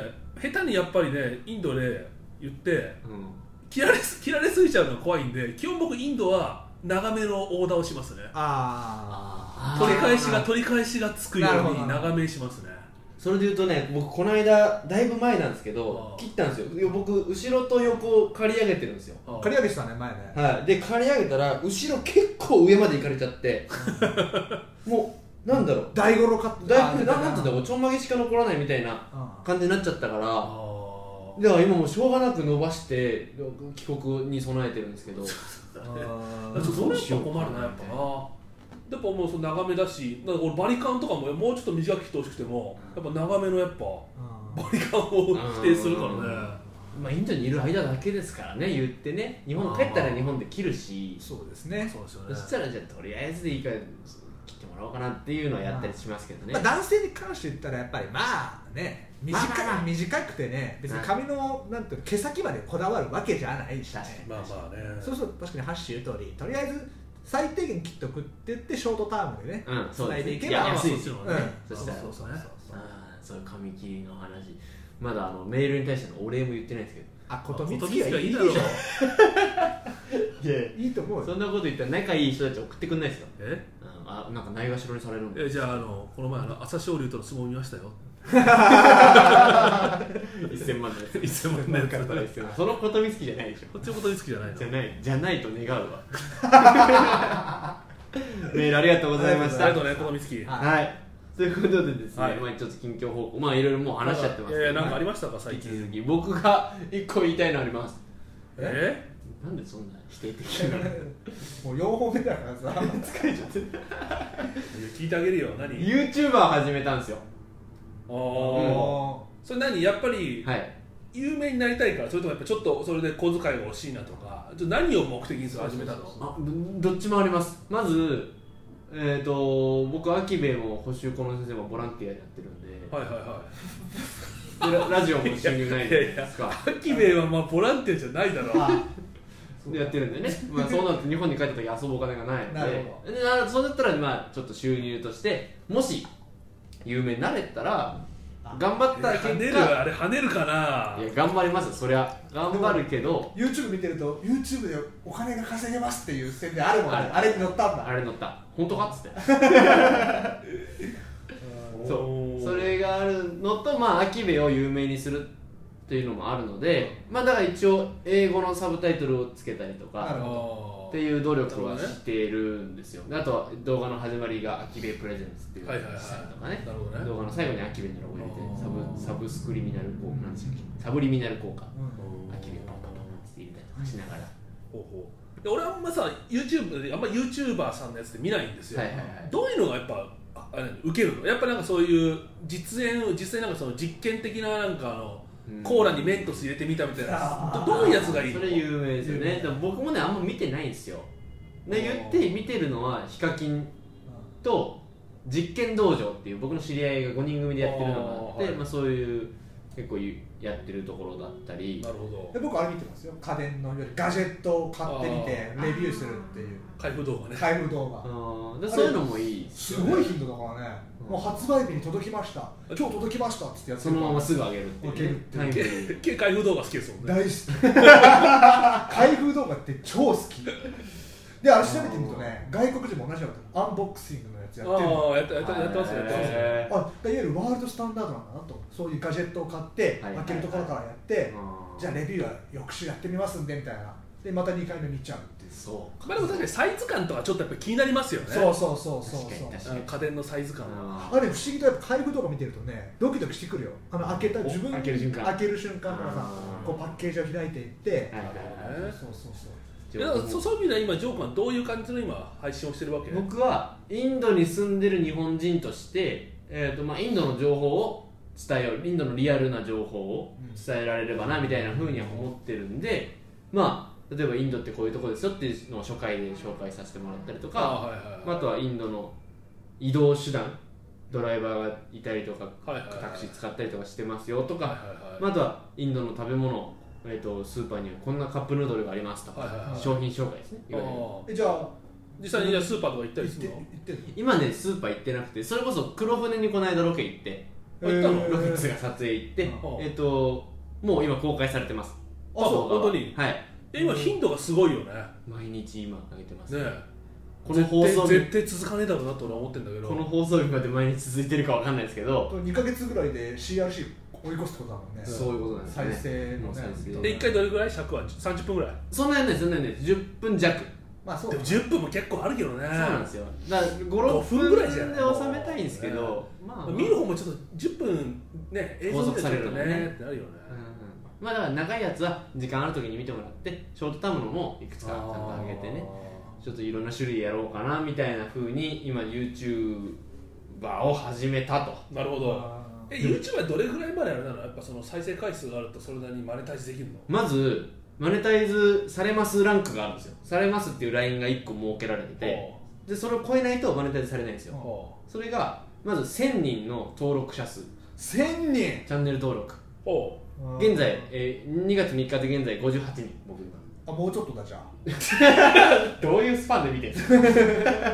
[SPEAKER 3] 下手にやっぱりねインドで言って
[SPEAKER 1] うん
[SPEAKER 3] 切られす切られすぎちゃうのが怖いんで基本僕インドは長めのオーダーをしますね
[SPEAKER 2] あ
[SPEAKER 1] あー
[SPEAKER 3] 取り返しが取り返しがつくよ
[SPEAKER 2] なるほ
[SPEAKER 3] う
[SPEAKER 2] ど
[SPEAKER 3] に長めにしますね
[SPEAKER 1] それで言うとね僕この間だいぶ前なんですけ
[SPEAKER 3] あ
[SPEAKER 1] ど
[SPEAKER 3] ー
[SPEAKER 1] 切ったんですよいや僕後ろと横を刈り上げてるんですよ
[SPEAKER 3] あ
[SPEAKER 2] あ
[SPEAKER 3] ー
[SPEAKER 2] 刈り上げしたね前ね
[SPEAKER 1] はい、で刈り上げたら後ろ結構上まで行かれちゃって *laughs* もうなんだろう
[SPEAKER 2] 大五郎カット
[SPEAKER 1] だいぶななんていうんだろうちょんまげしか残らないみたいな
[SPEAKER 2] う
[SPEAKER 1] 感じになっちゃったから
[SPEAKER 3] あー
[SPEAKER 1] では今もうしょうがなく伸ばして帰国に備えてるんですけど
[SPEAKER 2] ん
[SPEAKER 3] だからちょっとそれやっぱ困るなやっぱなやっぱもうその長めだしだから俺バリカンとかももうちょっと短く切ってほしくてもやっぱ長めのやっぱ
[SPEAKER 2] うん
[SPEAKER 3] バリカンを否定するからね
[SPEAKER 1] *laughs* まあインドにいる間だけですからね言ってね日本帰ったら日本で切るし
[SPEAKER 2] そうですね
[SPEAKER 3] そうですよ
[SPEAKER 1] そ
[SPEAKER 3] ね
[SPEAKER 1] したらじゃあとりあえずでいいから切ってもらおうかなっていうのはやったりしますけどね
[SPEAKER 2] まあ、男性に関して言ったらやっぱりまあね短
[SPEAKER 1] まあまあまあ
[SPEAKER 2] い短くてね別に髪のなんていうの毛先までこだわるわけじゃないしね
[SPEAKER 1] 確か
[SPEAKER 3] まあまあね
[SPEAKER 2] そうすると確かにハッシュ言う通りとりあえず最低限切っとくって言ってショートタームでね、
[SPEAKER 1] うんそうですね
[SPEAKER 2] 繋いでいけ
[SPEAKER 1] いや
[SPEAKER 2] ば
[SPEAKER 1] 安いです
[SPEAKER 3] よね
[SPEAKER 2] うん、
[SPEAKER 1] そしたら
[SPEAKER 2] うううそう
[SPEAKER 1] あーそういう髪切りの話まだあのメールに対してのお礼も言ってないですけど
[SPEAKER 2] あ
[SPEAKER 3] こ
[SPEAKER 2] ことと
[SPEAKER 3] み
[SPEAKER 2] み
[SPEAKER 3] つ
[SPEAKER 2] つ
[SPEAKER 3] き
[SPEAKER 2] き
[SPEAKER 3] は
[SPEAKER 2] はいい
[SPEAKER 3] い
[SPEAKER 2] い
[SPEAKER 3] だ
[SPEAKER 2] で
[SPEAKER 3] ろ
[SPEAKER 2] しょ
[SPEAKER 1] い
[SPEAKER 2] いいと思う
[SPEAKER 1] そ
[SPEAKER 2] よ
[SPEAKER 1] んなこと言ったら仲いい人たち送ってくんないですよ
[SPEAKER 3] え
[SPEAKER 1] うんあなんかないがしろにされるんで
[SPEAKER 3] えじゃああのこの前あの朝青龍との相撲見ましたよ
[SPEAKER 1] 1000万で
[SPEAKER 3] 1000万のやつ
[SPEAKER 1] そのことみつきじゃないでしょ
[SPEAKER 3] *laughs* こっちのことにつきじゃないの
[SPEAKER 1] じゃないじゃないと願うわ *laughs* メールありがとうございまし
[SPEAKER 3] あ
[SPEAKER 1] た
[SPEAKER 3] りがとうねことみつき
[SPEAKER 2] はい
[SPEAKER 1] はいということでですね、
[SPEAKER 3] はい
[SPEAKER 1] まあちょっと近況報告まあいろいろもう話しちゃってます
[SPEAKER 3] いやいやなんかあり
[SPEAKER 1] ま
[SPEAKER 3] ましたか最
[SPEAKER 1] 引き続
[SPEAKER 3] 近
[SPEAKER 1] き僕が一個言いたいのあります
[SPEAKER 3] え
[SPEAKER 1] なんでそんな否定的なの
[SPEAKER 2] もう4本目だからさ
[SPEAKER 3] いや聞いてあげるよ何
[SPEAKER 1] YouTuber 始めたんですよ
[SPEAKER 3] あ
[SPEAKER 1] うん
[SPEAKER 3] あそれ何やっぱり
[SPEAKER 1] はい
[SPEAKER 3] 有名になりたいからそれともやっぱちょっとそれで小遣いが欲しいなとかちょっと何を目的にする始めたの
[SPEAKER 1] あどどっちもありますまずえっ、と僕アキベも補修校の先生もボランティアやってるんで,で、
[SPEAKER 3] はいはいは
[SPEAKER 1] ララジオも収入ないじゃないですか
[SPEAKER 3] い秋兵衛はまあボランティアじゃないだろう
[SPEAKER 1] でやってるんで *laughs* ね、まあ、そうなると日本に帰った時遊ぶお金がないので
[SPEAKER 2] なるほ
[SPEAKER 1] でなそうだったらまあちょっと収入としてもし有名になれたら頑張った
[SPEAKER 3] 跳ね
[SPEAKER 1] 結
[SPEAKER 3] る
[SPEAKER 1] 果
[SPEAKER 3] あれ跳ねるかない
[SPEAKER 1] や頑張りますよそりゃ頑張るけど
[SPEAKER 2] YouTube 見てると YouTube でお金が稼げますっていう宣伝あるもんね
[SPEAKER 1] ある
[SPEAKER 2] あれに乗ったんだ
[SPEAKER 1] あれ乗った本当かっつってそうそれがあるのとまあ秋部を有名にするっていうのもあるのでまあだから一応英語のサブタイトルをつけたりと
[SPEAKER 2] なる
[SPEAKER 1] か
[SPEAKER 2] ほ
[SPEAKER 3] あ
[SPEAKER 1] っ
[SPEAKER 3] ー
[SPEAKER 1] ていう努力は
[SPEAKER 3] なるほどね
[SPEAKER 1] しているんですよであとは動画の始まりが秋部プレゼンツっていうの
[SPEAKER 3] はいはいは
[SPEAKER 1] を
[SPEAKER 3] い
[SPEAKER 1] したりとかね
[SPEAKER 3] なるほどね
[SPEAKER 1] 動画の最後に秋部のロゴ入れてサブサブスクリミナル効果なんでしたっけサブリミナル効果
[SPEAKER 2] うん
[SPEAKER 1] 秋部パンパンパンパンって入れたりとかしながら
[SPEAKER 3] ほうほで俺はあんまさ YouTube であんま YouTuber さんのやつって見ないんですよ、
[SPEAKER 1] はいはいはい
[SPEAKER 3] どういうのがやっぱああれ受けるのやっぱなんかそういう実演実際なんかその実験的ななんかあの、
[SPEAKER 1] うん
[SPEAKER 3] コーラにメントス入れてみたみたいな
[SPEAKER 4] あー
[SPEAKER 3] どどういうやつがいい
[SPEAKER 1] そ
[SPEAKER 3] の
[SPEAKER 1] れ有名ですよ
[SPEAKER 4] 有
[SPEAKER 1] ね
[SPEAKER 4] 名
[SPEAKER 1] でも僕もねあんま見てないんですよで言って見てるのはヒカキンと実験道場っていう僕の知り合いが5人組でやってるのがあっ
[SPEAKER 3] あー
[SPEAKER 1] て
[SPEAKER 3] はい
[SPEAKER 1] まあ、そういう結構やってるところだったり
[SPEAKER 3] なるほ
[SPEAKER 2] で
[SPEAKER 3] ど
[SPEAKER 2] 僕あれ見てますよ家電のいわゆるガジェットを買ってみて
[SPEAKER 1] あー
[SPEAKER 2] レビューするっていう
[SPEAKER 3] 開封動画ね
[SPEAKER 2] 開封動画
[SPEAKER 1] うんでそういうのもいいです
[SPEAKER 2] す
[SPEAKER 1] よね
[SPEAKER 2] ごい頻度だからね、
[SPEAKER 1] うん
[SPEAKER 2] もう発売日に届きました今日届きましたっつってやって
[SPEAKER 1] そ
[SPEAKER 2] る
[SPEAKER 1] の
[SPEAKER 2] から
[SPEAKER 1] まますぐ上げるっていうねタイ
[SPEAKER 2] 上
[SPEAKER 1] ム
[SPEAKER 2] げ
[SPEAKER 1] リ
[SPEAKER 2] る
[SPEAKER 1] ーに
[SPEAKER 3] け *laughs* 開封動画好きですもんね
[SPEAKER 2] 大好
[SPEAKER 1] *laughs*
[SPEAKER 2] き開封動画って超好きであれ調べてみるとね外国人も同じだとアンボックシングのやつやってるの
[SPEAKER 3] ああやってやってやってますねやってますね
[SPEAKER 1] へ
[SPEAKER 2] あいわゆるワールドスタンダードなんだなとそういうガジェットを買って、
[SPEAKER 1] はいはいはい
[SPEAKER 2] 開けるところからやって、
[SPEAKER 1] ーうん
[SPEAKER 2] じゃあレビューは翌週やってみますんでみたいなでまた2回目見ちゃうっていう
[SPEAKER 1] そう
[SPEAKER 3] まあでも確かにサイズ感とかちょっとやっぱ気になりますよね
[SPEAKER 2] そうそうそうそ
[SPEAKER 1] 確かに
[SPEAKER 2] う
[SPEAKER 1] 確
[SPEAKER 2] そう
[SPEAKER 1] かに
[SPEAKER 3] あの家電のサイズ感は
[SPEAKER 1] あ
[SPEAKER 2] あれ不思議とやっぱ開封動画見てるとねドキドキしてくるよあの開けた
[SPEAKER 1] お
[SPEAKER 2] 自分
[SPEAKER 1] 開ける瞬間
[SPEAKER 2] 開ける瞬間とかさ
[SPEAKER 1] うん
[SPEAKER 2] こうパッケージを開いていって
[SPEAKER 1] ーはいはい
[SPEAKER 3] なる
[SPEAKER 1] は
[SPEAKER 3] ほ
[SPEAKER 2] そ
[SPEAKER 3] ど
[SPEAKER 2] う
[SPEAKER 3] ね
[SPEAKER 2] そうそう
[SPEAKER 1] い
[SPEAKER 3] いやだからそそういう意味では今ジョークはどういう感じの今配信をしてるわけ
[SPEAKER 1] 僕はインドに住んでる日本人として、えーとまあ、インドの情報を伝えようインドのリアルな情報を伝えられればなみたいなふうには思ってるんで、まあ、例えばインドってこういうとこですよっていうのを初回で紹介させてもらったりと
[SPEAKER 3] あ
[SPEAKER 1] か
[SPEAKER 3] はいはい
[SPEAKER 1] あとはインドの移動手段ドライバーがいたりとか
[SPEAKER 3] はいはいはい
[SPEAKER 1] タクシー使ったりとかしてますよと
[SPEAKER 3] はい
[SPEAKER 1] か、
[SPEAKER 3] はい
[SPEAKER 1] まあ、あとはインドの食べ物、えー、とスーパーにはこんなカップヌードルがありますとか、
[SPEAKER 3] はいはいはい
[SPEAKER 1] 商品紹介ですねいわゆ
[SPEAKER 3] あ
[SPEAKER 1] る
[SPEAKER 3] あ
[SPEAKER 2] えじゃあ
[SPEAKER 3] 実際にじゃあスーパーとか行った
[SPEAKER 2] 行
[SPEAKER 3] り
[SPEAKER 2] っ
[SPEAKER 3] す
[SPEAKER 2] て
[SPEAKER 3] る
[SPEAKER 2] 行
[SPEAKER 3] の
[SPEAKER 2] ってる
[SPEAKER 1] 今ねスーパー行ってなくてそれこそ黒船にこの間ロケ行って
[SPEAKER 2] え
[SPEAKER 3] 行ったの
[SPEAKER 1] ロケッツ
[SPEAKER 2] ー
[SPEAKER 1] が撮影行って、
[SPEAKER 3] うん
[SPEAKER 1] えっ、ともう今公開されてます
[SPEAKER 3] あそう
[SPEAKER 1] 動画は
[SPEAKER 3] 本当に
[SPEAKER 1] はい
[SPEAKER 3] え今頻度がすごいよねね
[SPEAKER 1] 毎日今上げてます、
[SPEAKER 3] え
[SPEAKER 1] この放送
[SPEAKER 3] 絶
[SPEAKER 1] 日
[SPEAKER 3] 対絶対続かねえだろうなと俺は思ってんだけど
[SPEAKER 1] この放送日まで毎日続いてるかわかんないですけど、
[SPEAKER 2] 2か月ぐらいで CRC 追い越すってことだもんね
[SPEAKER 1] そういうことなんですね
[SPEAKER 2] 再生の
[SPEAKER 1] もう
[SPEAKER 2] ね
[SPEAKER 1] 再生
[SPEAKER 2] うん
[SPEAKER 3] で1回どれぐらい尺は30分ぐらい
[SPEAKER 1] そんなやんないですそんなやんないです10分弱
[SPEAKER 2] まあそう
[SPEAKER 3] でも10分も結構あるけどね
[SPEAKER 1] そうなんですよだから56
[SPEAKER 3] 5分ぐらいじゃない
[SPEAKER 1] で収めたいんですけど、まあ、まあ
[SPEAKER 3] 見る方もちょっと10分ね映像見てちょっと
[SPEAKER 1] 拘束されるのね
[SPEAKER 3] ねってなるよね
[SPEAKER 1] うんうんまあだから長いやつは時間ある時に見てもらってショートタームのもいくつかちゃんと上げてねちょっといろんな種類やろうかなみたいな風に今 YouTuber を始めたと
[SPEAKER 3] あーなるほど
[SPEAKER 2] あ
[SPEAKER 3] え YouTube はどれぐらいまであれなのやっぱその再生回数があるとそれなりにマネタイズできるの
[SPEAKER 1] まずマネタイズされますランクがあるんですよされますっていうラインが1個設けられててでそれを超えないとマネタイズされないんです
[SPEAKER 3] あ
[SPEAKER 1] よ
[SPEAKER 3] ー
[SPEAKER 1] それがまず1000人の登録者数
[SPEAKER 2] 1000人
[SPEAKER 1] チャンネル登録
[SPEAKER 3] おう
[SPEAKER 1] 現在、えー2月3日で現在58人僕今
[SPEAKER 2] あもうちょっとだじゃあ
[SPEAKER 1] どういうスパンで見てる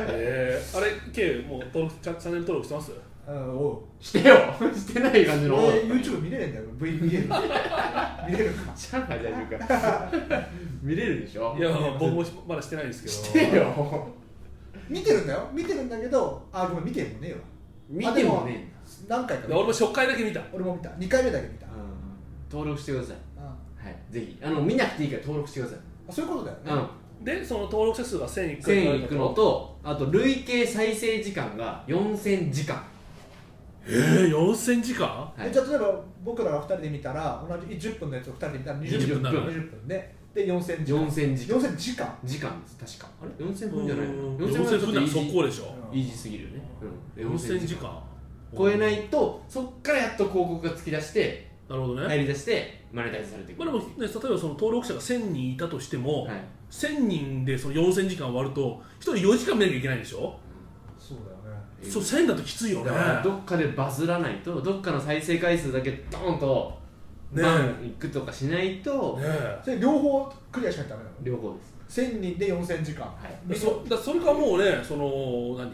[SPEAKER 3] えー、あれ K もう登録チャチャンネル登録してます
[SPEAKER 2] うんおう
[SPEAKER 1] してよ *laughs* してない感じ
[SPEAKER 2] え
[SPEAKER 1] の
[SPEAKER 2] ー YouTube 見れねえんだよ V 見れる見れるか
[SPEAKER 1] じゃあ大丈夫か *laughs* 見れるでしょ
[SPEAKER 3] いや僕もまだしてないんですけど
[SPEAKER 1] してよ
[SPEAKER 2] 見てるんだよ見てるんだけどあごめん見てもねえわ
[SPEAKER 1] 見てもね
[SPEAKER 2] あでも何回か
[SPEAKER 3] い
[SPEAKER 2] 見
[SPEAKER 3] や
[SPEAKER 2] た
[SPEAKER 3] 俺も初回だけ見た
[SPEAKER 2] 俺も見た2回目だけ見た、うん
[SPEAKER 1] 登録してください
[SPEAKER 2] あ
[SPEAKER 1] はいぜひあの見なくていいから登録してください
[SPEAKER 2] そういうことだよね、
[SPEAKER 1] うん
[SPEAKER 3] でその登録者数が1000いくようになる
[SPEAKER 1] 1000いくのとあと累計再生時間が4000時間
[SPEAKER 3] えー、4000時間
[SPEAKER 1] はい
[SPEAKER 2] えじゃあ例えば僕らが2人で見たら同じ10分のやつを2人で見たら20
[SPEAKER 3] 20分
[SPEAKER 2] 分
[SPEAKER 3] な
[SPEAKER 1] る
[SPEAKER 2] 20分でで4000時間
[SPEAKER 1] 4000時間
[SPEAKER 2] 4000時間
[SPEAKER 1] 時間です確かあれ
[SPEAKER 3] う
[SPEAKER 1] 4000
[SPEAKER 3] ー
[SPEAKER 1] 分じゃない
[SPEAKER 3] ん
[SPEAKER 1] 4000
[SPEAKER 3] 4000分なら速攻でしょ
[SPEAKER 1] イージーすぎるよね、うん、
[SPEAKER 3] 4000時間
[SPEAKER 1] 超えないとそっからやっと広告が突き出して
[SPEAKER 3] なるほどね、
[SPEAKER 1] 入り出してマネタイズされていく
[SPEAKER 3] まあ、でも、ね、例えばその登録者が1000人いたとしても、
[SPEAKER 1] はい
[SPEAKER 3] 1000人でその4000時間割ると1人4時間見なきゃいけないでしょ、
[SPEAKER 2] そうだよね
[SPEAKER 3] そう1000だときついよね
[SPEAKER 1] だからどっかでバズらないとどっかの再生回数だけドーンと
[SPEAKER 3] ねえ
[SPEAKER 1] バンいくとかしないと、
[SPEAKER 3] ねえ
[SPEAKER 2] それ両方クリアしないとダメなの
[SPEAKER 1] 両方です
[SPEAKER 2] 1000人で4000時間、
[SPEAKER 1] はい
[SPEAKER 2] で
[SPEAKER 3] そだそれかもうねその何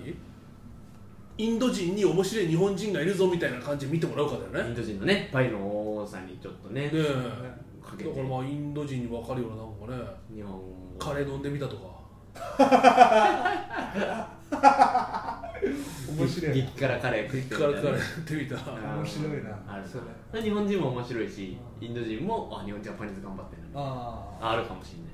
[SPEAKER 3] インド人に面白い日本人がいるぞみたいな感じで見てもらうかだよ
[SPEAKER 1] イ
[SPEAKER 3] ね
[SPEAKER 1] ンド人のねパイの多さにちょっとね
[SPEAKER 3] ねえ
[SPEAKER 1] かけ
[SPEAKER 3] だか
[SPEAKER 1] て
[SPEAKER 3] らまあインド人に分かるようななんかね
[SPEAKER 1] 日本語
[SPEAKER 3] カレー飲んでみたとか
[SPEAKER 2] 面白い
[SPEAKER 1] 激辛カレー食って
[SPEAKER 3] 激
[SPEAKER 1] みた
[SPEAKER 3] 辛カレーや
[SPEAKER 1] いな
[SPEAKER 3] ってみた
[SPEAKER 1] あー
[SPEAKER 2] 面白いな
[SPEAKER 1] ある
[SPEAKER 2] それ
[SPEAKER 1] それ日本人も面白いしインド人もあ日本ジャパニーズ頑張ってるな
[SPEAKER 2] ああ
[SPEAKER 1] あるかもしれない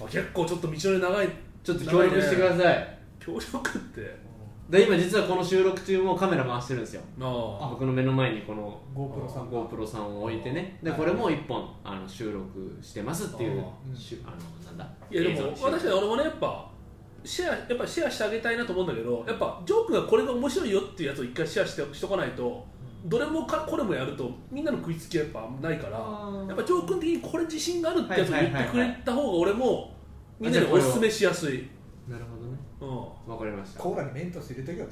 [SPEAKER 3] あー結構ちょっと道のり長い
[SPEAKER 1] ちょっと協力してくだ
[SPEAKER 3] い
[SPEAKER 1] さい
[SPEAKER 3] 協力って
[SPEAKER 1] で今実はこの収録中もカメラ回してるんですよ
[SPEAKER 3] あ
[SPEAKER 1] 僕の目の前にこの
[SPEAKER 2] GoPro さん
[SPEAKER 1] GoPro さんを置いてねで
[SPEAKER 2] はい
[SPEAKER 1] これも1本あの収録してますっていう
[SPEAKER 3] あ
[SPEAKER 2] ーうん
[SPEAKER 1] しゅあのなんだ
[SPEAKER 3] いやでも
[SPEAKER 1] 映像の
[SPEAKER 3] 私
[SPEAKER 1] 収録
[SPEAKER 3] は俺もねやっぱシェアやっぱシェアしてあげたいなと思うんだけどやっぱジョークがこれが面白いよっていうやつを一回シェアしてしとかないとどれもかこれもやるとみんなの食いつきがやっぱないから
[SPEAKER 1] ー
[SPEAKER 3] やっぱジョー君的にこれ自信があるってやつを
[SPEAKER 1] はい
[SPEAKER 3] 言
[SPEAKER 1] は
[SPEAKER 3] っ
[SPEAKER 1] いはいはい
[SPEAKER 3] てくれた方が俺もみんなに
[SPEAKER 1] あじゃあこれ
[SPEAKER 3] お
[SPEAKER 1] を
[SPEAKER 3] すすめしやすい、
[SPEAKER 1] なるほどね
[SPEAKER 3] う
[SPEAKER 1] わかりました
[SPEAKER 4] コーラにメントス入れとけよ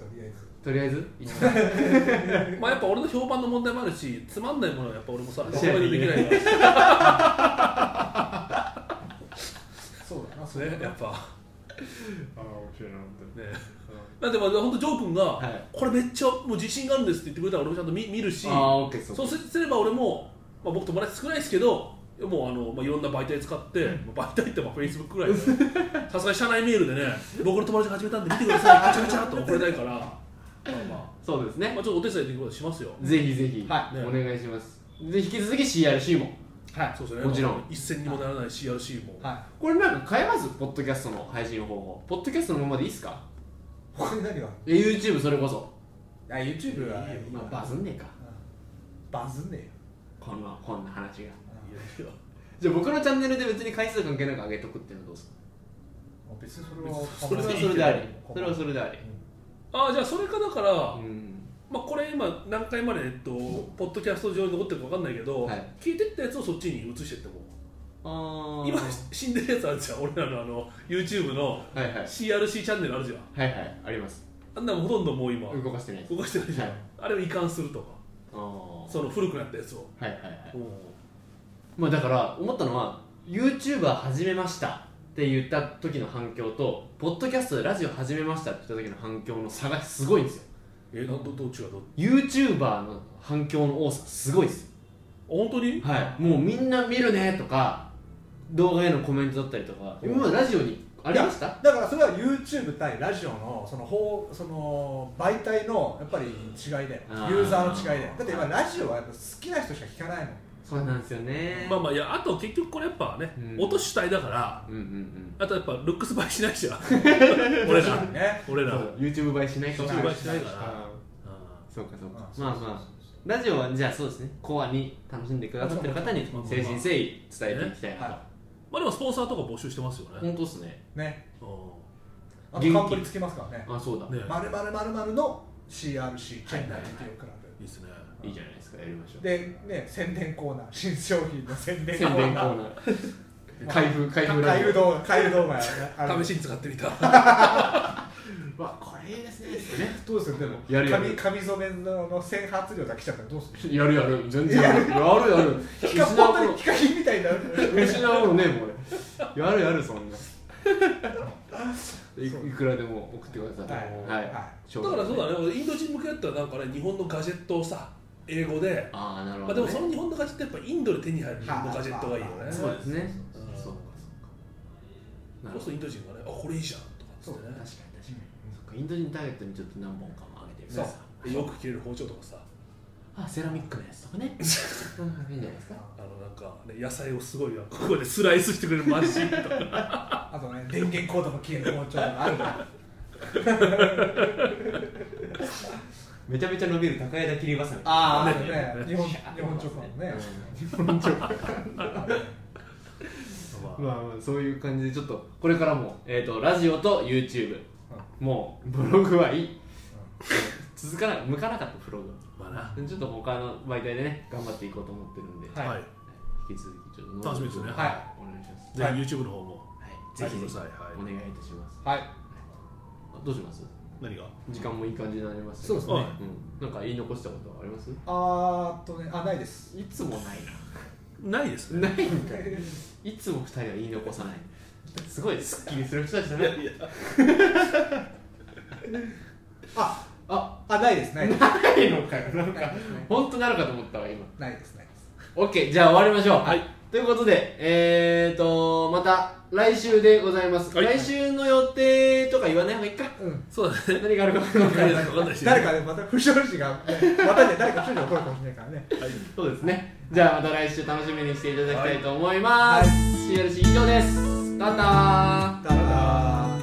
[SPEAKER 4] とりあえず
[SPEAKER 1] とりあえず一
[SPEAKER 3] ん、 *laughs*
[SPEAKER 1] 応
[SPEAKER 3] まあやっぱ俺の評判の問題もあるしつまんないものはやっぱ俺もさ
[SPEAKER 1] *laughs* シ
[SPEAKER 3] 評
[SPEAKER 1] ェア
[SPEAKER 3] 判
[SPEAKER 1] で
[SPEAKER 3] に
[SPEAKER 1] き
[SPEAKER 3] で
[SPEAKER 1] な
[SPEAKER 3] き
[SPEAKER 1] い
[SPEAKER 3] ないから
[SPEAKER 4] そうだなそれ
[SPEAKER 3] ねやっぱ
[SPEAKER 1] ああ面白いな本
[SPEAKER 3] ねまあでも本当ジョー君が、
[SPEAKER 1] はい
[SPEAKER 3] これめっちゃもう自信があるんですって言ってくれたら俺もちゃんと見見るし
[SPEAKER 1] ああオッケーそ
[SPEAKER 3] そうすれば俺も、まあ、僕友達少ないですけどもうあの、まあ、いろんな媒体使って、まあ媒体ってまあフェイスブックぐらいでさすがに社内メールでね *laughs* 僕の友達が始めたんで見てくださいガチャガチャっと送れないからまあま
[SPEAKER 1] そうです
[SPEAKER 3] あ、
[SPEAKER 1] ね
[SPEAKER 3] まあ、ちょっとお手伝いできることしますよ
[SPEAKER 1] ぜひぜひ
[SPEAKER 2] は
[SPEAKER 1] お願いしますで引き続き CRC も
[SPEAKER 2] はい
[SPEAKER 3] そうですね
[SPEAKER 1] もちろん
[SPEAKER 3] まあ一銭にもならない CRC も、
[SPEAKER 2] は
[SPEAKER 1] これなんか変えますポッドキャストの配信方法ポッドキャストのままでいいっすか
[SPEAKER 4] 他に何が
[SPEAKER 1] え YouTube それこそ
[SPEAKER 4] あ YouTube はいいい
[SPEAKER 1] ま
[SPEAKER 4] よ
[SPEAKER 1] あバズんねえか
[SPEAKER 4] バズんねえよ
[SPEAKER 1] こんなこんな話が
[SPEAKER 3] いやいや
[SPEAKER 1] じゃあ僕のチャンネルで別に回数関係なく上げとくっていうのはどうですか
[SPEAKER 4] あ別にそ
[SPEAKER 3] それ
[SPEAKER 1] それ
[SPEAKER 3] は
[SPEAKER 1] はそれでありそれはそれであり
[SPEAKER 3] ああじゃあそれかだから、
[SPEAKER 1] うん
[SPEAKER 3] まあ、これ今何回まで、えっと、ポッドキャスト上に残ってるか分かんないけど、
[SPEAKER 1] はい
[SPEAKER 3] 聞いてったやつをそっちに移してっても
[SPEAKER 1] あー
[SPEAKER 3] 今死んでるやつあるじゃん俺らのあの YouTube の
[SPEAKER 1] はいはい
[SPEAKER 3] CRC チャンネルあるじゃん
[SPEAKER 1] はいはいあります
[SPEAKER 3] あんなのほとんどもう今
[SPEAKER 1] 動かしてないです
[SPEAKER 3] 動かしてないじゃん、
[SPEAKER 1] はい
[SPEAKER 3] あれを移管するとか
[SPEAKER 1] あー
[SPEAKER 3] その古くなったやつを
[SPEAKER 1] はいはいはい
[SPEAKER 3] うん
[SPEAKER 1] まあだから思ったのは YouTuber 始めましたって言った時の反響とポッドキャストでラジオ始めましたって言った時の反響の差がすごいんですよ
[SPEAKER 3] えなんどどっちがどっち
[SPEAKER 1] YouTuber の反響の多さすごいです
[SPEAKER 3] 本当に
[SPEAKER 1] はいもうみんな見るねとか動画へのコメントだったりとか今までラジオにありました
[SPEAKER 4] だからそれは YouTube 対ラジオのその方その媒体のやっぱり違いだよ
[SPEAKER 1] あー
[SPEAKER 4] ユーザーの違いだよだって今ラジオはやっぱ好きな人しか聞かないもん
[SPEAKER 1] *laughs* そうなんですよね
[SPEAKER 3] まあまあいやあと結局これやっぱね、
[SPEAKER 1] うん
[SPEAKER 3] 音主体だから
[SPEAKER 1] うんうんうん
[SPEAKER 3] あとやっぱルックス映えしない
[SPEAKER 1] *laughs*
[SPEAKER 3] じゃん俺ら
[SPEAKER 4] ね
[SPEAKER 3] 俺
[SPEAKER 1] そ
[SPEAKER 3] ら
[SPEAKER 1] う YouTube 映えしないかも
[SPEAKER 3] YouTube 映えしないから
[SPEAKER 1] うんそうかそうか
[SPEAKER 4] うん
[SPEAKER 1] まあまあラジオはじゃあそうですねコアに楽しんでくださってる方に
[SPEAKER 3] そうそう
[SPEAKER 1] 誠心誠意伝えていきたいなと、
[SPEAKER 4] は
[SPEAKER 3] まあでもスポンサーとか募集してますよね、
[SPEAKER 1] 本当っすね
[SPEAKER 4] ね
[SPEAKER 3] う
[SPEAKER 4] あと
[SPEAKER 1] 元気
[SPEAKER 4] カンプリつけますからね
[SPEAKER 1] あそうだ、
[SPEAKER 3] ん、ね
[SPEAKER 4] まるまるまるまるの CRC チェンナイレディオクラ
[SPEAKER 3] いいですね
[SPEAKER 1] いいじゃないですかやりましょ
[SPEAKER 4] ブ
[SPEAKER 1] う
[SPEAKER 4] でね宣伝コーナー新商品の宣伝コ
[SPEAKER 1] 宣
[SPEAKER 4] ー
[SPEAKER 1] 伝コ
[SPEAKER 4] ナ
[SPEAKER 1] ー
[SPEAKER 4] ー
[SPEAKER 1] ナー *laughs* 開封開封ラ
[SPEAKER 4] 開
[SPEAKER 1] ジ
[SPEAKER 4] 封動画開封動画やねあの
[SPEAKER 3] 試しに使ってみた
[SPEAKER 1] オわこれいいですねですね
[SPEAKER 4] どうするでも
[SPEAKER 1] やるやる
[SPEAKER 4] 髪髪染めの洗髪料だけ来ちゃったらどうする
[SPEAKER 1] やるやる全然やるやるやる
[SPEAKER 4] ヒカ
[SPEAKER 1] 失
[SPEAKER 4] 本
[SPEAKER 1] う
[SPEAKER 4] 当にヒカキンみたいになる
[SPEAKER 1] もの失うものねもうやるやるそんないいくらでも送ってください
[SPEAKER 4] はい
[SPEAKER 1] は
[SPEAKER 4] はいい
[SPEAKER 3] だからそう
[SPEAKER 1] ね
[SPEAKER 3] だね俺インド人向けだったらなんかね日本のガジェットをさ英語で、
[SPEAKER 1] ああなる
[SPEAKER 3] まあ、
[SPEAKER 1] ほ
[SPEAKER 3] で
[SPEAKER 1] ど、
[SPEAKER 3] も
[SPEAKER 1] ね
[SPEAKER 3] その日本のガジェットやっぱインドで手に入る日本のガジェットがいいよね、
[SPEAKER 4] はあ
[SPEAKER 1] そうですね
[SPEAKER 3] そうそう
[SPEAKER 1] そうかそうかな
[SPEAKER 3] そうすると
[SPEAKER 1] るほど
[SPEAKER 3] インド人がね、あこれいいじゃんとかっつって
[SPEAKER 1] 確
[SPEAKER 3] ね
[SPEAKER 1] かに確かにそっかインド人ターゲットにちょっと何本かもあげてみ
[SPEAKER 3] そ
[SPEAKER 1] ま
[SPEAKER 3] う
[SPEAKER 1] す
[SPEAKER 3] でよく切れる包丁とかさ、
[SPEAKER 1] あセラミックのやつとか *laughs* ねうんいいんじゃないですか
[SPEAKER 3] あのなんか、ね、野菜をすごいここでスライスしてくれるマジンとか、
[SPEAKER 4] あとね電源コードも消える包丁とかあるから
[SPEAKER 1] めちゃめちゃ伸びる高枝切りばさみ
[SPEAKER 4] あ
[SPEAKER 1] あ
[SPEAKER 4] あるね日本日本チョコのね
[SPEAKER 1] まあまあそういう感じでちょっとこれからも、えー、とラジオと YouTube もうブログはいい続かない向かなかったブログ
[SPEAKER 3] まあな、
[SPEAKER 1] ちょっと他の媒体でね頑張っていこうと思ってるんで、
[SPEAKER 4] はい
[SPEAKER 3] はい、
[SPEAKER 1] 引き続きちょっと
[SPEAKER 3] 楽しみですね
[SPEAKER 1] はいお願いします
[SPEAKER 3] ぜ
[SPEAKER 4] はい
[SPEAKER 3] ひ YouTube の方も、
[SPEAKER 1] はいぜひぜひ
[SPEAKER 3] はい
[SPEAKER 1] お願いいたします
[SPEAKER 4] はい
[SPEAKER 1] どうします
[SPEAKER 3] 何が
[SPEAKER 1] 時間もいい感じになりました
[SPEAKER 4] そうですね
[SPEAKER 1] はいうん、なんか言い残したことはあります
[SPEAKER 4] あーっとねあないです
[SPEAKER 1] いつもない
[SPEAKER 3] ないですね。
[SPEAKER 1] なないんかいいつも二人は言い残さないすごいすっきりする人でした *laughs* ね
[SPEAKER 4] あ
[SPEAKER 1] あ
[SPEAKER 4] あないですないです
[SPEAKER 1] ないのかよなんか
[SPEAKER 4] ないですね
[SPEAKER 1] 本当なるかと思ったわ今
[SPEAKER 4] ないですないです
[SPEAKER 1] オッケーじゃあ終わりましょう
[SPEAKER 3] はい
[SPEAKER 1] ということでえーとまた来週でございます、
[SPEAKER 3] はい
[SPEAKER 1] 来週の予定とか言わない方がいいか
[SPEAKER 4] うん
[SPEAKER 3] そうだね。
[SPEAKER 1] 何があるか分かんな
[SPEAKER 3] 誰か
[SPEAKER 1] い
[SPEAKER 3] 分かんないし、
[SPEAKER 4] 誰かねまた不祥事がねまたね誰か不祥事が起こるかもしれないからね
[SPEAKER 3] はい
[SPEAKER 1] そうですねじゃあまた来週楽しみにしていただきたいと思います、
[SPEAKER 4] は
[SPEAKER 1] CRC 以上ですタター
[SPEAKER 4] だから